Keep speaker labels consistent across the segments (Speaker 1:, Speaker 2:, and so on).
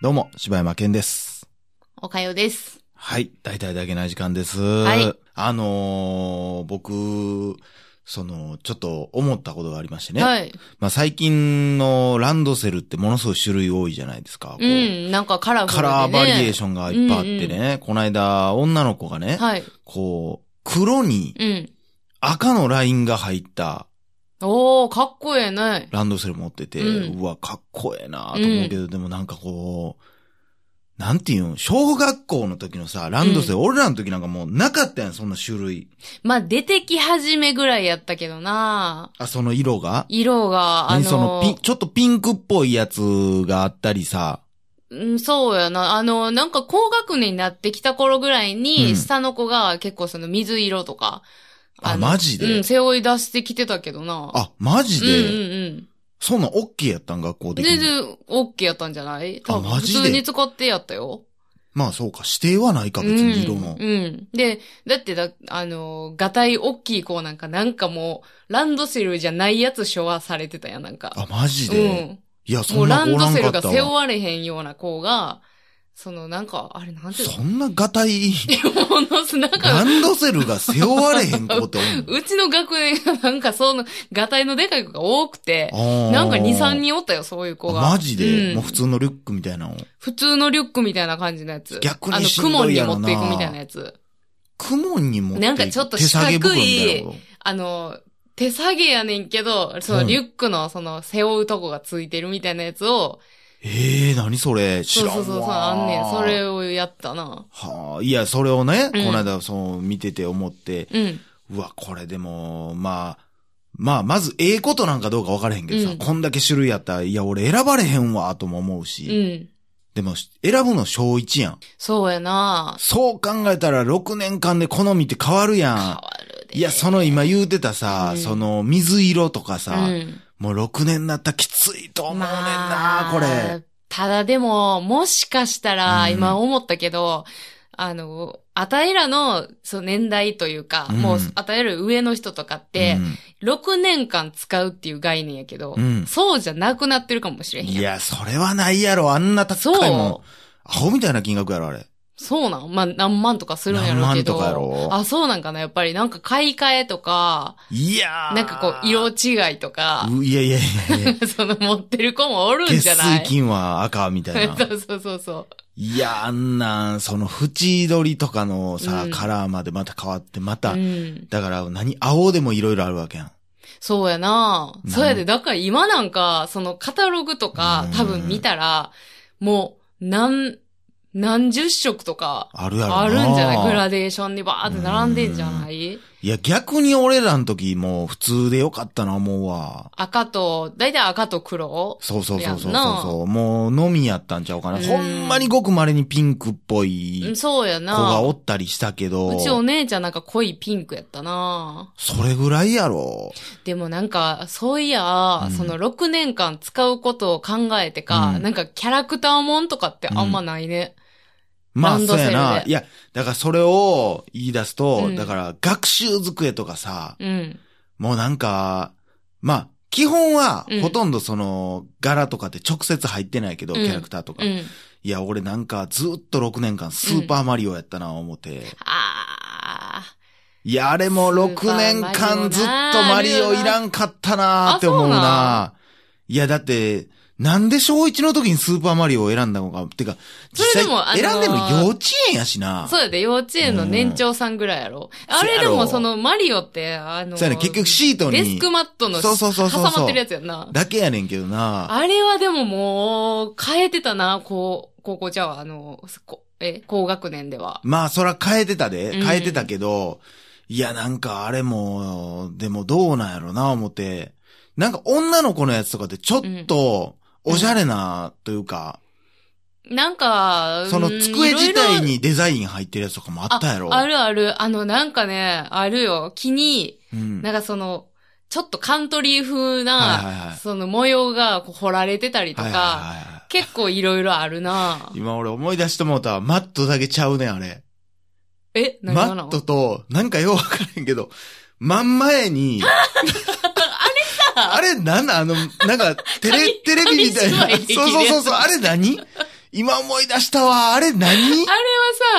Speaker 1: どうも、柴山健です。
Speaker 2: おかよです。
Speaker 1: はい、大体だけない時間です。
Speaker 2: い
Speaker 1: あのー、僕、その、ちょっと思ったことがありましてね。
Speaker 2: はい。
Speaker 1: まあ最近のランドセルってものすごい種類多いじゃないですか。こう
Speaker 2: うん、なんかカラフル
Speaker 1: カ
Speaker 2: で、ね。
Speaker 1: ラーバリエー
Speaker 2: シ
Speaker 1: ションがいっぱいあってね、この間女の子がね、
Speaker 2: はい。
Speaker 1: こう、黒に
Speaker 2: うん。
Speaker 1: 赤のラインが入った
Speaker 2: おー、かっこええね。
Speaker 1: ランドセル持ってて、う
Speaker 2: うん
Speaker 1: わ、かっこええなと思うけど、でもなんかこう、なんていうの、小学校の時のさ、ランドセル、俺らの時なんかもうなかったやん、そんな種類。
Speaker 2: まあ、出てき始めぐらいやったけどな
Speaker 1: あ、その色が
Speaker 2: 色が、あ
Speaker 1: 何その
Speaker 2: の
Speaker 1: ピン、ちょっとピンクっぽいやつがあったりさ、
Speaker 2: うん、そうやな。あの、なんか高学年になってきた頃ぐらいに、
Speaker 1: うん
Speaker 2: 下の子が結構その水色とか。
Speaker 1: あ
Speaker 2: の
Speaker 1: マジで
Speaker 2: うん、背負い出してきてたけどな
Speaker 1: あ、マジで、
Speaker 2: うんうん
Speaker 1: そんなんオッケーやったん、学校
Speaker 2: うん。
Speaker 1: 的
Speaker 2: 全
Speaker 1: に。
Speaker 2: 然、オッケーやったんじゃない多分
Speaker 1: マ
Speaker 2: 普
Speaker 1: ジで
Speaker 2: 通に使ってやったよ。
Speaker 1: まあそうか、指定はないか、別に色の。
Speaker 2: うん。うんで、だってだ、あのー、がたい大きい子なんか、なんかもう、ランドセルじゃないやつ処和されてたやん、なんか。
Speaker 1: あ、マジ
Speaker 2: う
Speaker 1: で、
Speaker 2: ん。
Speaker 1: いや、
Speaker 2: も
Speaker 1: そ
Speaker 2: うん
Speaker 1: な
Speaker 2: ラン
Speaker 1: 子お
Speaker 2: ド
Speaker 1: らん
Speaker 2: セ
Speaker 1: か
Speaker 2: ル
Speaker 1: っ
Speaker 2: が
Speaker 1: た
Speaker 2: 背負
Speaker 1: わ。
Speaker 2: われへんような子が、その、なんか、あれなんていう
Speaker 1: そんながた い、
Speaker 2: のものす、なん
Speaker 1: ラ
Speaker 2: か、
Speaker 1: ンドセルが背負われへん子っておんの
Speaker 2: うちの学年がなんか、その、がたいのでかい子が多くて、
Speaker 1: あー
Speaker 2: なんか2、3人おったよ、そういう子が。
Speaker 1: あマジで、
Speaker 2: うん
Speaker 1: もう普通のリュックみたいなの。
Speaker 2: 普通のリュックみたいな感じのやつ。
Speaker 1: 逆に
Speaker 2: あの、
Speaker 1: しん
Speaker 2: ク
Speaker 1: ど
Speaker 2: モ
Speaker 1: い
Speaker 2: に
Speaker 1: やろ
Speaker 2: 持
Speaker 1: な
Speaker 2: っていくみたいなやつ。
Speaker 1: 雲に持っていく
Speaker 2: なんかちょっと
Speaker 1: 手提げ袋みたい
Speaker 2: 四
Speaker 1: なこ
Speaker 2: あの、手下げやねんけど、そうの
Speaker 1: ん
Speaker 2: リュックのその背負うとこがついてるみたいなやつを、
Speaker 1: と。ええー、何それ知
Speaker 2: そう
Speaker 1: らんわ。
Speaker 2: そうそうそう、あんねん。それ。をやったな。
Speaker 1: はあ、いや、それをね、
Speaker 2: うん
Speaker 1: この間、そう、見てて思って、
Speaker 2: うん。
Speaker 1: うわ、これでも、まあ、まあ、まず、ええことなんかどうか分からへんけどさ、
Speaker 2: うん
Speaker 1: こんだけ種類やったら、いや、俺選ばれへんわ、とも思う
Speaker 2: う
Speaker 1: し、
Speaker 2: ん。
Speaker 1: でも、選ぶの小一やん。
Speaker 2: そうやな
Speaker 1: そう考えたら、6年間で好みって変わるや
Speaker 2: 変
Speaker 1: ん。
Speaker 2: わるで。
Speaker 1: いや、その今言うてたさ、
Speaker 2: うん
Speaker 1: その水色とか
Speaker 2: う
Speaker 1: さ、
Speaker 2: ん。
Speaker 1: もう6年になったらきついと思うねんな、
Speaker 2: まあ
Speaker 1: これ。。
Speaker 2: ただでも、もしかしたら、
Speaker 1: うん
Speaker 2: 今思ったけど、あの、あたいらの、そう、年代というか、
Speaker 1: うん
Speaker 2: もう、あたいらより上の人とかって、6年間使うっていう概念やけど、
Speaker 1: うん
Speaker 2: そうじゃなくなってるかもし
Speaker 1: う
Speaker 2: れへ
Speaker 1: ん、
Speaker 2: んやん
Speaker 1: いや、それはないやろ、あんな高い
Speaker 2: そ
Speaker 1: もん。アホみたいな金額やろ、あれ。
Speaker 2: そうなんまあ、何万とかするんやろうけど。
Speaker 1: 何万とかやろ
Speaker 2: あ、そうなんかなやっぱりなんか買い替えとか、
Speaker 1: いやー。
Speaker 2: なんかこう、色違いとか、
Speaker 1: ういやいやいや いや
Speaker 2: その持ってる子もおるん
Speaker 1: 血
Speaker 2: じゃな
Speaker 1: 水
Speaker 2: い
Speaker 1: 金は赤みたいな。
Speaker 2: そうそうそうそう。
Speaker 1: いや、あんなん、その、縁取りとかのさ、
Speaker 2: うん
Speaker 1: カラーまでまた変わって、また、
Speaker 2: うん。
Speaker 1: だから、何、青でも色々あるわけやん。
Speaker 2: そうやな
Speaker 1: うん
Speaker 2: そうやで、だから今なんか、そのカタログとか
Speaker 1: うん、
Speaker 2: 多分見たら、もう、何、何十色とか、
Speaker 1: あるやろな
Speaker 2: あるんじゃないグラデーションにバーって並んでんじゃない
Speaker 1: いや、逆に俺らの時もう普通でよかったな、思うわ。
Speaker 2: 赤と、だいたい赤と黒
Speaker 1: そうそうそうそうそう
Speaker 2: やん
Speaker 1: そう。もうのみやったんちゃうかな。
Speaker 2: うん
Speaker 1: ほんまにごく稀にピンクっぽ
Speaker 2: う
Speaker 1: い
Speaker 2: んそうや
Speaker 1: 子
Speaker 2: な
Speaker 1: がおったりしたけど
Speaker 2: う、ちお姉ちゃんなんか濃いピンクやったな
Speaker 1: それぐらいやろ。
Speaker 2: でもなんか、そういや、
Speaker 1: うん
Speaker 2: その6年間使うことを考えてか、
Speaker 1: うん
Speaker 2: なんかキャラクターもんとかってあんまないね。
Speaker 1: ま
Speaker 2: ラ
Speaker 1: あ、
Speaker 2: ン
Speaker 1: そ
Speaker 2: ド
Speaker 1: う
Speaker 2: セル
Speaker 1: や
Speaker 2: で
Speaker 1: な。いや、だからそれを言い出すと、
Speaker 2: うん
Speaker 1: だから学習机とかさ、
Speaker 2: うん。
Speaker 1: もうなんか、まあ、基本は
Speaker 2: う、ん
Speaker 1: ほとんどその、柄とかって直接入ってないけど、
Speaker 2: うん
Speaker 1: キャラクターとか。
Speaker 2: う
Speaker 1: い
Speaker 2: ん。
Speaker 1: や、俺なんかずっと6年間スーパーマリオやったな、思って。
Speaker 2: あー。
Speaker 1: いや、あれも6年間ずっとマリオいらんかったなーって思う
Speaker 2: あそう
Speaker 1: な
Speaker 2: ない
Speaker 1: や、だって、なんで小一の時にスーパーマリオを選んだのか。てか、実際
Speaker 2: それでもあのー
Speaker 1: 選んでるの幼稚園やしな。
Speaker 2: そうやで、幼稚園の年長さんぐらいやろ。
Speaker 1: うん
Speaker 2: あれで
Speaker 1: そうや
Speaker 2: も
Speaker 1: ろ
Speaker 2: そのマリオって、あの、
Speaker 1: そうやね結局シートに
Speaker 2: デスクマットの
Speaker 1: そうそうそうそうそう
Speaker 2: 挟まってるやつやんな。
Speaker 1: だけやねんけどな。
Speaker 2: あれはでももう、変えてたな、こう、高校じゃあ、あの、こえ、高学年では。
Speaker 1: まあ、そら変えてた
Speaker 2: う
Speaker 1: で。
Speaker 2: ん
Speaker 1: 変えてたけど、いや、なんかあれも、でもどうなんやろな、思って。なんか女の子のやつとかってちょっと、おしゃれな、というか、
Speaker 2: なんか、
Speaker 1: その
Speaker 2: うん
Speaker 1: 机自
Speaker 2: いろい
Speaker 1: 体
Speaker 2: ろ
Speaker 1: にデザイン入ってるやつとかもあったやろ。
Speaker 2: ああるある。あの、なんかね、あるよ。木に、
Speaker 1: うん。
Speaker 2: なんかその、ちょっとカントリー風な、
Speaker 1: はいはいはい
Speaker 2: その模様がこう彫られてたりとか、
Speaker 1: はいはいはいはい
Speaker 2: 結構いろいろあるな
Speaker 1: 今俺思い出してもうたわマットだけちゃうねん、あれ。
Speaker 2: え、何
Speaker 1: マ
Speaker 2: な
Speaker 1: ッ
Speaker 2: の
Speaker 1: トと、なんかようわからへんけど、真ん前に、あれなんなんあの、なんか、テレ、テレビみたいな。
Speaker 2: 紙芝居できる
Speaker 1: そうそうそうそう、あれ何今思い出したわ。あれ何
Speaker 2: あれは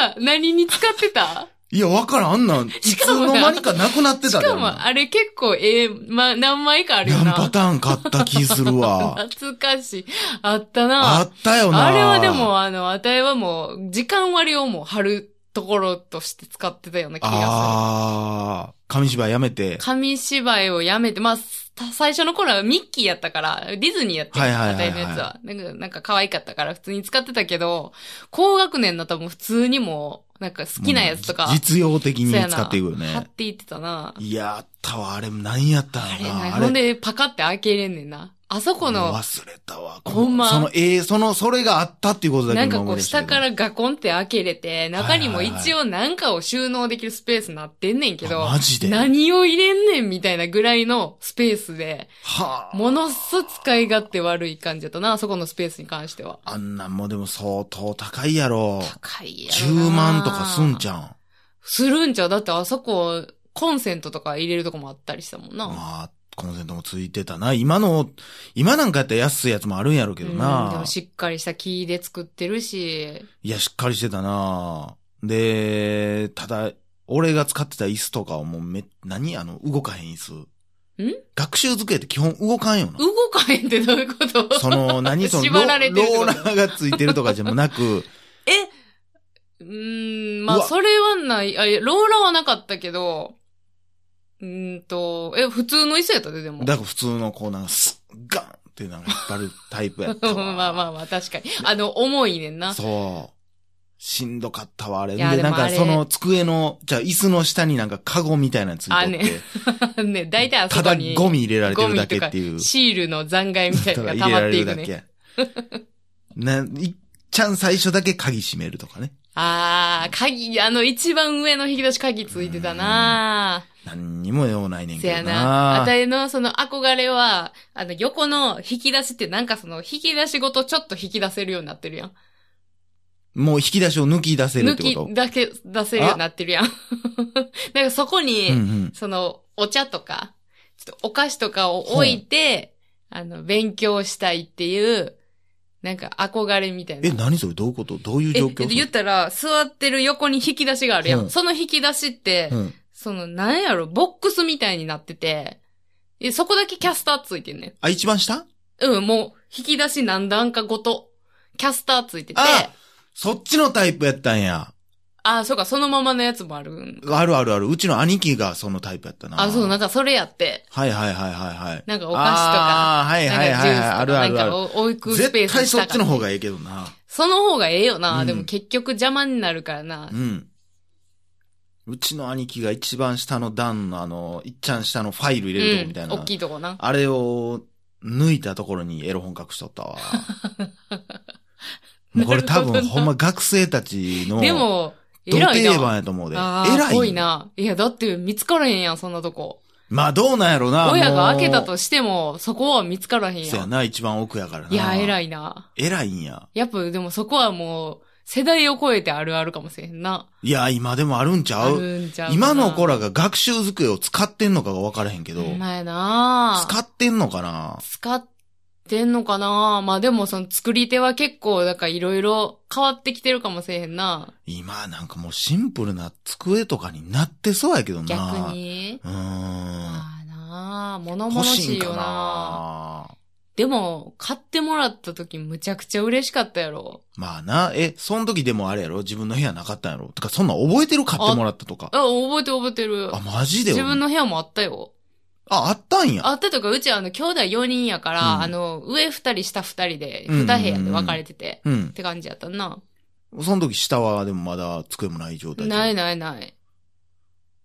Speaker 2: さ、何に使って た
Speaker 1: いや、わからん。あんなん、い
Speaker 2: し
Speaker 1: つ
Speaker 2: かもな
Speaker 1: の間にかなくなって
Speaker 2: した
Speaker 1: で
Speaker 2: かも、あれ結構、ええま、何枚かあるよ
Speaker 1: 何
Speaker 2: な。
Speaker 1: パターン買った気する わ。
Speaker 2: 懐かしい。あった
Speaker 1: あ
Speaker 2: な。
Speaker 1: ったよな。
Speaker 2: あれはでも、あの、あたいはもう、時間割をもう貼るところとして使ってたような気が
Speaker 1: ああ、紙芝居やめて
Speaker 2: する。。紙芝居をやめて、まあ、た最初の頃はミッキーやったから、ディズニーやって、
Speaker 1: はいはいはい
Speaker 2: あ
Speaker 1: は
Speaker 2: た
Speaker 1: い
Speaker 2: いのやつは。なんか、なんか可愛かったから普通に使ってたけど、高学年だともう普通にもう、なんか好きなやつとか、
Speaker 1: うん実用的に
Speaker 2: そうやな
Speaker 1: 使っていくよ
Speaker 2: 貼っ
Speaker 1: ね。
Speaker 2: ていってたな。
Speaker 1: いや、あったわ。あれ、何やったの
Speaker 2: あれ
Speaker 1: な。
Speaker 2: な、ほんでパカって開けれんねんな。あそこの、
Speaker 1: 忘れたわ。
Speaker 2: ほんま
Speaker 1: その、ええその、それがあったっていうことだけ
Speaker 2: なん
Speaker 1: 今
Speaker 2: かこ
Speaker 1: 思いう出した
Speaker 2: 下
Speaker 1: けど
Speaker 2: からガコンって開けれて、中にも一応なんかを収納できるスペースになってんねんけど
Speaker 1: あ、マジで。
Speaker 2: 何を入れんねんみたいなぐらいのスペースで、
Speaker 1: はあ。
Speaker 2: ものすごい使い勝手悪い感じだったな、あそこのスペースに関しては。
Speaker 1: あんなんもでも相当高いやろ。
Speaker 2: 高いやろな。
Speaker 1: 10万とかすんじ
Speaker 2: ゃん。
Speaker 1: ゃん。
Speaker 2: するんちゃうだってあそこ、コンセントとか入れるとこもあったりしたもんな。
Speaker 1: まあ、コンセントもついてたな。今の、今なんかやったら安いやつもあるんやろうけど
Speaker 2: うんで
Speaker 1: な
Speaker 2: も。しっかりした木で作ってるし、
Speaker 1: いや、しっかりしてたな。で、ただ、俺が使ってた椅子とかはもうめ、何あの、動かへん椅子。学習机って基本動かん よな。
Speaker 2: 動かへんってどういうこと
Speaker 1: その、何その、ロ
Speaker 2: 縛られてるってこ
Speaker 1: ロ
Speaker 2: と
Speaker 1: ーラーがついてるとかじゃなく、
Speaker 2: えうーん、ま
Speaker 1: う
Speaker 2: あ、
Speaker 1: わ
Speaker 2: それはない。あ、いやローラーはなかったけど、うーんと、え、普通の椅子やったで、でも。
Speaker 1: だから普通のこうなんか、スッ、ガンってなんか引っ張るタイプやったわ。
Speaker 2: まあまあまあ、確かに。あの、重いねんな。
Speaker 1: そう。しんどかったわ、あれ。
Speaker 2: い
Speaker 1: で、
Speaker 2: やでも
Speaker 1: なん
Speaker 2: あ
Speaker 1: か
Speaker 2: れ
Speaker 1: その机の、じゃあ椅子の下になんかカゴみたいなのついて
Speaker 2: あ
Speaker 1: って、
Speaker 2: ねね、大体あそ
Speaker 1: た
Speaker 2: こ
Speaker 1: だ
Speaker 2: に。
Speaker 1: ゴミ入れられて
Speaker 2: ゴ
Speaker 1: る
Speaker 2: ミ
Speaker 1: だ
Speaker 2: と
Speaker 1: け
Speaker 2: か
Speaker 1: っていう。
Speaker 2: シールの残骸みたいなのが
Speaker 1: 入
Speaker 2: 溜
Speaker 1: れら
Speaker 2: まっ
Speaker 1: れ
Speaker 2: てい
Speaker 1: る
Speaker 2: く
Speaker 1: だけ。
Speaker 2: ね。
Speaker 1: な、いっちゃん最初だけ鍵閉めるとかね。
Speaker 2: あー、鍵、あの、一番上の引き出し鍵ついてたな
Speaker 1: 何にも用ないねん
Speaker 2: せ
Speaker 1: けど
Speaker 2: や
Speaker 1: な。
Speaker 2: な。あたいのその憧れは、あの、横の引き出しってなんかその、引き出しごとちょっと引き出せるようになってるやん。
Speaker 1: もう引き出しを抜き出せる
Speaker 2: 抜
Speaker 1: って
Speaker 2: き
Speaker 1: こと。
Speaker 2: だけ出せるようになってるやん。 なんかそこに、
Speaker 1: うんうん。
Speaker 2: その、お茶とか、ちょっとお菓子とかを置いて、あの、勉強したいっていう、なんか憧れみたいな。
Speaker 1: え、何それどういうことどういう
Speaker 2: え
Speaker 1: 状況
Speaker 2: えっと言ったら、座ってる横に引き出しがあるやん。
Speaker 1: うん
Speaker 2: その引き出しって、
Speaker 1: うん。
Speaker 2: その、なんやろ、ボックスみたいになってて、えそこだけキャスターついてんねん。
Speaker 1: あ、一番下
Speaker 2: うん、もう、引き出し何段かごと、キャスターついてて、
Speaker 1: あそっちのタイプやったんや。
Speaker 2: あそうか、そのままのやつもあるん。
Speaker 1: あるあるある。うちの兄貴がそのタイプやったな。
Speaker 2: あ、そう、なんかそれやって、
Speaker 1: はいはいはいはいはい。
Speaker 2: なんかお
Speaker 1: お
Speaker 2: 菓子とか、
Speaker 1: あーはい
Speaker 2: なんか
Speaker 1: はい
Speaker 2: ジ
Speaker 1: はい
Speaker 2: ュ
Speaker 1: はい。
Speaker 2: ース
Speaker 1: あ
Speaker 2: と
Speaker 1: る
Speaker 2: か、な
Speaker 1: あ
Speaker 2: ん
Speaker 1: るあ
Speaker 2: か
Speaker 1: る。
Speaker 2: お置くスペー
Speaker 1: 絶
Speaker 2: スに
Speaker 1: 対
Speaker 2: し
Speaker 1: そ
Speaker 2: た
Speaker 1: っ
Speaker 2: か
Speaker 1: ち
Speaker 2: った
Speaker 1: の方がええけどな。
Speaker 2: その方がええよな、
Speaker 1: うん
Speaker 2: でも結局邪魔になるからな
Speaker 1: う。ん。うちの兄貴が一番下の段のあの、いっちゃん下のファイル入れるとこみたいな。
Speaker 2: 大きいとこな。
Speaker 1: あれを抜いたところにエロ本隠しとった わ。もうこれ多
Speaker 2: な
Speaker 1: 分
Speaker 2: るほどな
Speaker 1: ほんま学生たちの、
Speaker 2: でも、
Speaker 1: ど
Speaker 2: 偉い
Speaker 1: 定
Speaker 2: な。
Speaker 1: 番やと思うで。
Speaker 2: ああ、
Speaker 1: 偉
Speaker 2: ぽ
Speaker 1: い
Speaker 2: い
Speaker 1: よ。
Speaker 2: な。いや、だって見つからへんやん、そんなとこ。
Speaker 1: まあどうなんやろな。
Speaker 2: 親が開けた
Speaker 1: もう
Speaker 2: としても、そこは見つからへん
Speaker 1: そう
Speaker 2: や
Speaker 1: や
Speaker 2: ん。
Speaker 1: な、一番奥やからな。
Speaker 2: いや、偉
Speaker 1: い。
Speaker 2: いな。
Speaker 1: 偉いんや。
Speaker 2: やっぱ、でもそこはもう、世代を超えてあるあるかもしれへんな。
Speaker 1: いや、今でもあるんちゃ
Speaker 2: あ
Speaker 1: う
Speaker 2: るんちゃうかな
Speaker 1: 今の子らが学習机を使ってんのかが分からへんけど、
Speaker 2: ほんまやな
Speaker 1: 使ってんのかな
Speaker 2: 使ってんのかなまあでもその作り手は結構、だからいろいろ変わってきてるかもしれへんな。
Speaker 1: 今なんかもうシンプルな机とかになってそうやけどな。
Speaker 2: 逆。に。
Speaker 1: うーん。
Speaker 2: まあなあ、物々
Speaker 1: 欲し
Speaker 2: し
Speaker 1: い
Speaker 2: い
Speaker 1: ん
Speaker 2: よ
Speaker 1: か
Speaker 2: な
Speaker 1: な
Speaker 2: でも、買ってもらった時むちゃくちゃ嬉しかったやろ。
Speaker 1: まあな、え、その時でもあれやろ自分の部屋なかったんやろとか、そんなん覚えてる買ってもらったとか。
Speaker 2: あ、覚えてる覚えてる
Speaker 1: あ、。マジで
Speaker 2: 自分の部屋もあったよ。
Speaker 1: あ、あったんや。
Speaker 2: あったとか、うちはあの、兄弟4人やから、
Speaker 1: うん
Speaker 2: あの、上2人下2人で、
Speaker 1: うんうんうん
Speaker 2: 2部屋で分かれてて、
Speaker 1: うん
Speaker 2: っ。て感じやったな。
Speaker 1: その時下はでもまだ机もない状態。
Speaker 2: ない
Speaker 1: な。
Speaker 2: ないない。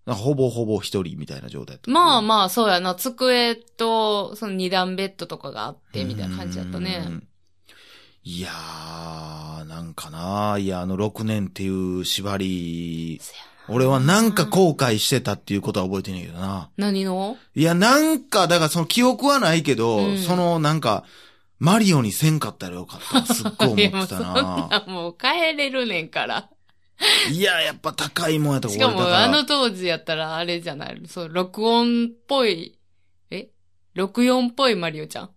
Speaker 1: んかほぼほぼ一人みたいな状態やった。
Speaker 2: まあ
Speaker 1: あ、
Speaker 2: まあ、そうやな。机と、その2段ベッドとかがあって、みたいな感じやったね。
Speaker 1: うん。いやー、なんかな、いや、あの6年っていう縛り、
Speaker 2: せやな
Speaker 1: 俺はなんか後悔してたっていうことは覚えてないけどな。
Speaker 2: 何の
Speaker 1: いや、なんか、だからその記憶はないけど、
Speaker 2: うん
Speaker 1: そのなんか、マリオにせんかったらよかった。すっごい思っ
Speaker 2: いや
Speaker 1: て
Speaker 2: もうそ
Speaker 1: た
Speaker 2: ん
Speaker 1: な。
Speaker 2: なもう帰れるねんから。
Speaker 1: いや、やっぱ高いもんやと
Speaker 2: し
Speaker 1: 思
Speaker 2: か
Speaker 1: 俺だ
Speaker 2: も、
Speaker 1: から
Speaker 2: あの当時やったら、あれじゃない、そう、録音っぽい、え ?64 っぽいマリオちゃん。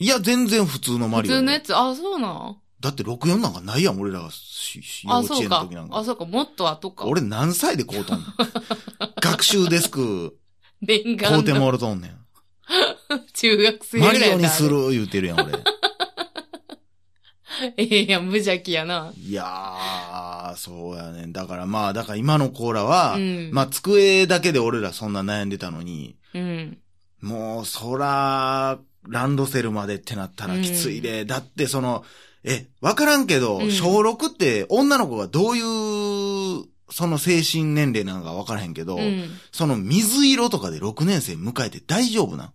Speaker 1: いや、全然普通のマ
Speaker 2: 普
Speaker 1: リオ。
Speaker 2: 通のやつ、あ、そうなん。
Speaker 1: だって64なんかないやん、俺らがしし幼
Speaker 2: あ、
Speaker 1: 稚
Speaker 2: そ
Speaker 1: 園の
Speaker 2: うか
Speaker 1: 時なん。か。
Speaker 2: あ、そうか。もっと後か。
Speaker 1: 俺何歳で買うと んの学習デスク
Speaker 2: 念
Speaker 1: 買
Speaker 2: 願
Speaker 1: うて
Speaker 2: の
Speaker 1: もろとんねん。
Speaker 2: 中学生ぐ
Speaker 1: マ
Speaker 2: らい
Speaker 1: リオ
Speaker 2: やか
Speaker 1: に
Speaker 2: ら
Speaker 1: す。る言うてるやん、俺。
Speaker 2: ええやん、無邪気やな。
Speaker 1: いやー、そうやねん。だからまあ、だから今の子らは、
Speaker 2: うん。
Speaker 1: まあ、机だけで俺らそんな悩んでたのに、
Speaker 2: うん。
Speaker 1: もう、そら、ランドセルまでってなったらきついで、だってその、え、わからんけど、
Speaker 2: うん
Speaker 1: 小6って女の子がどういう、その精神年齢なのかわからへんけど、
Speaker 2: う
Speaker 1: その水色とかで6年生迎えて大丈夫なん
Speaker 2: ん。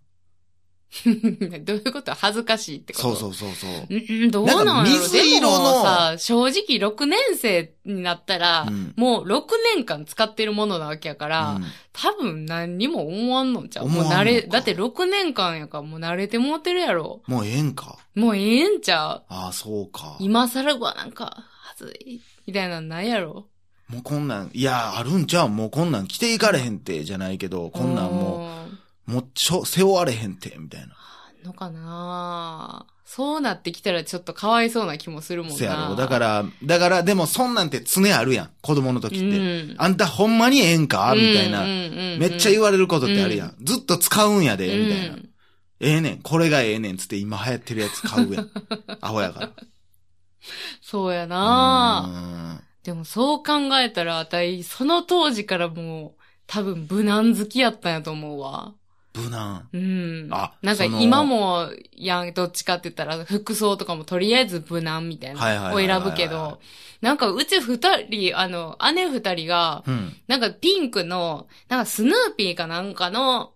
Speaker 2: どういうこと恥ずかしいってこと。
Speaker 1: そうそううそうそう。
Speaker 2: うん、どうなん
Speaker 1: なん
Speaker 2: や
Speaker 1: か
Speaker 2: ろ
Speaker 1: 水色の
Speaker 2: でもさ、正直6年生になったら、
Speaker 1: うん
Speaker 2: もう6年間使ってるものなわけやから、多分何にも思わんのちゃう
Speaker 1: 思
Speaker 2: も
Speaker 1: わのか
Speaker 2: うん慣れ、だって6年間やからもう慣れてもうてるやろ。
Speaker 1: うんもうええんか。
Speaker 2: もうええんちゃう
Speaker 1: ああ、そうか。
Speaker 2: 今更はなんか、はずい、みたいなんないやろ。
Speaker 1: もうこんなん、いや、あるんちゃうもうこんなん着ていかれへんって、じゃないけど、こんなんも
Speaker 2: うん。
Speaker 1: う、もうちょ、背負われへんって、みたいな。
Speaker 2: あんのかなそうなってきたらちょっとかわいそうな気もするもんな。
Speaker 1: せやろ。だから、だから、でもそんなんて常あるやん。子供の時って。
Speaker 2: うん
Speaker 1: あんたほんまにええんかみたいな、めっちゃ言
Speaker 2: わ
Speaker 1: われることってあるやん。ずっと使うんやで、みたいな。
Speaker 2: うん
Speaker 1: ええねん。これがええねん。つって今流行ってるやつ買 うやん。アホやから。
Speaker 2: そうやな
Speaker 1: あ。
Speaker 2: でもそう考えたら、あたい、その当時からもう、多分無難好きやったんやと思うわ。
Speaker 1: 無難。
Speaker 2: うん。
Speaker 1: あ
Speaker 2: なんか
Speaker 1: その
Speaker 2: 今も、やん、どっちかって言ったら、服装とかもとりあえず無難みたい
Speaker 1: はいはい
Speaker 2: な、
Speaker 1: はい
Speaker 2: を
Speaker 1: はいはい
Speaker 2: 選ぶけど、なんかうち二人、あの、姉二人が、
Speaker 1: うん。
Speaker 2: なんかピンクの、なんかスヌーピーかなんかの、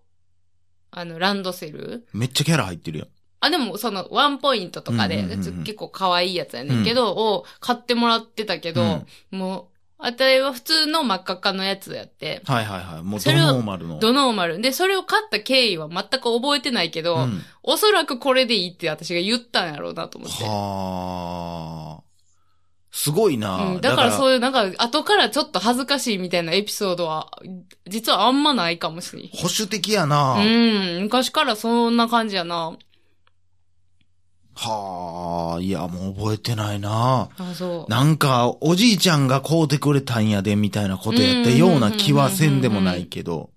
Speaker 2: あの、ランドセル
Speaker 1: めっちゃキャラ入ってるやん。
Speaker 2: あ、でもそのワンポイントとかで、
Speaker 1: うんうんうんうん
Speaker 2: ちょっと結構可愛いやつやねんけど、を買ってもらってたけど、
Speaker 1: うん
Speaker 2: もう、あたいは普通の真っ赤っかのやつやって、
Speaker 1: はいはいはい。もう
Speaker 2: そ
Speaker 1: ド
Speaker 2: れを
Speaker 1: ノーマルの。
Speaker 2: ドノーマル。で、それを買った経緯は全く覚えてないけど、
Speaker 1: うん。
Speaker 2: おそらくこれでいいって私が言ったんやろうなと思って。
Speaker 1: はあ。すごいな、
Speaker 2: うん、だからそういう、なんか、後からちょっと恥ずかしいみたいなエピソードは、実はあんまないかもしれない。
Speaker 1: 保守的やな、
Speaker 2: うん、昔からそんな感じやな。
Speaker 1: はあ。いや、もう覚えてないな
Speaker 2: あ、そう。
Speaker 1: なんか、おじいちゃんが買うてくれたんやで、みたいなことやったような気はせんでもないけど。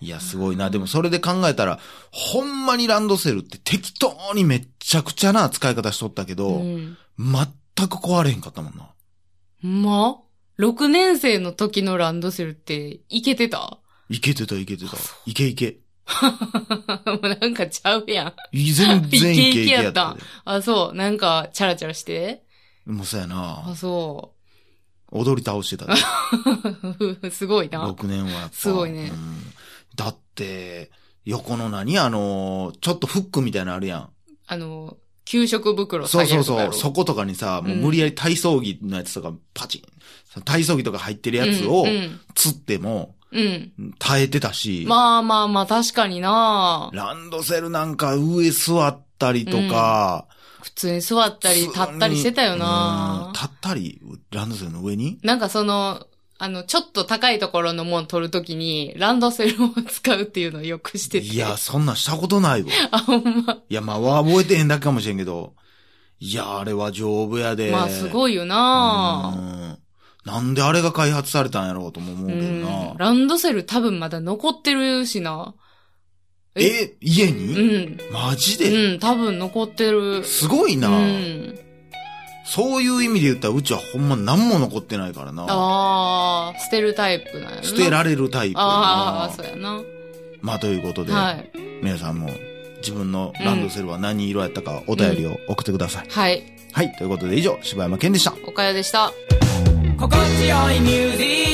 Speaker 1: いや、すごいな。でも、それで考えたら、ほんまにランドセルって適当にめっちゃくちゃな使い方しとったけど、
Speaker 2: うん。
Speaker 1: 全く壊れへんかったもんな。
Speaker 2: ほんま ?6 年生の時のランドセルって、いけてた
Speaker 1: いけてた、いけてた。いけいけ。
Speaker 2: もうなんかちゃうやん。
Speaker 1: い全然いけいけや
Speaker 2: いけいけや
Speaker 1: っ
Speaker 2: ったた
Speaker 1: で。
Speaker 2: あ、そう。なんか、チャラチャラして。
Speaker 1: もうそうやな
Speaker 2: あ、。そ
Speaker 1: 踊り倒してたで。
Speaker 2: う。 すごいな。
Speaker 1: 6年はやっぱ。
Speaker 2: すごいね
Speaker 1: うんだって、横の何あの、ちょっとフックみたいなのあるやん。
Speaker 2: あの、給食袋
Speaker 1: そ
Speaker 2: 下
Speaker 1: う
Speaker 2: げ
Speaker 1: そう
Speaker 2: るとか
Speaker 1: そ
Speaker 2: や
Speaker 1: う。
Speaker 2: ろ
Speaker 1: そことかにさ、もううん無理やり体操着のやつとかパチン。その体操着とか入ってるやつを
Speaker 2: うん。うん
Speaker 1: 釣っても
Speaker 2: うん。
Speaker 1: 耐えてたし、
Speaker 2: まあまあまあ、確かにな
Speaker 1: ランドセルなんか上座ったりとか、
Speaker 2: 普通に座った
Speaker 1: 普
Speaker 2: り、立
Speaker 1: 通に
Speaker 2: ったりしてたよ
Speaker 1: うん
Speaker 2: な
Speaker 1: 立ったり、ランドセルの上に
Speaker 2: なんかその、あの、ちょっと高いところのもん取るときに、ランドセルを使うっていうのをよくしてて。
Speaker 1: いや、、そんなんしたことないわ。
Speaker 2: あ、ほんま。
Speaker 1: いや、まあ、わ覚えてへんだけかもしれんけど、いや、あれは丈夫やで。
Speaker 2: まあ、すごいよな
Speaker 1: うんなんであれが開発されたんやろうとも思う
Speaker 2: う
Speaker 1: けど
Speaker 2: ん。
Speaker 1: な。
Speaker 2: ランドセル多分まだ残ってるしな。
Speaker 1: え、家
Speaker 2: う
Speaker 1: に
Speaker 2: ん。
Speaker 1: マジ
Speaker 2: う
Speaker 1: で
Speaker 2: ん、多分残ってる。
Speaker 1: すごいうな。
Speaker 2: ん。
Speaker 1: そういう意味で言ったらうちはほんま何も残ってないからな。
Speaker 2: ああ、捨てるタイプなんやな
Speaker 1: 捨てられるタイプやな。
Speaker 2: ああ、そうやな。
Speaker 1: まあということで、
Speaker 2: はい。
Speaker 1: 皆さんも自分のランドセルは何色やったかお便りを送ってください。
Speaker 2: はい。
Speaker 1: はい、ということで以上、柴山健でした。
Speaker 2: おかよでした。
Speaker 3: 心地よいミュージック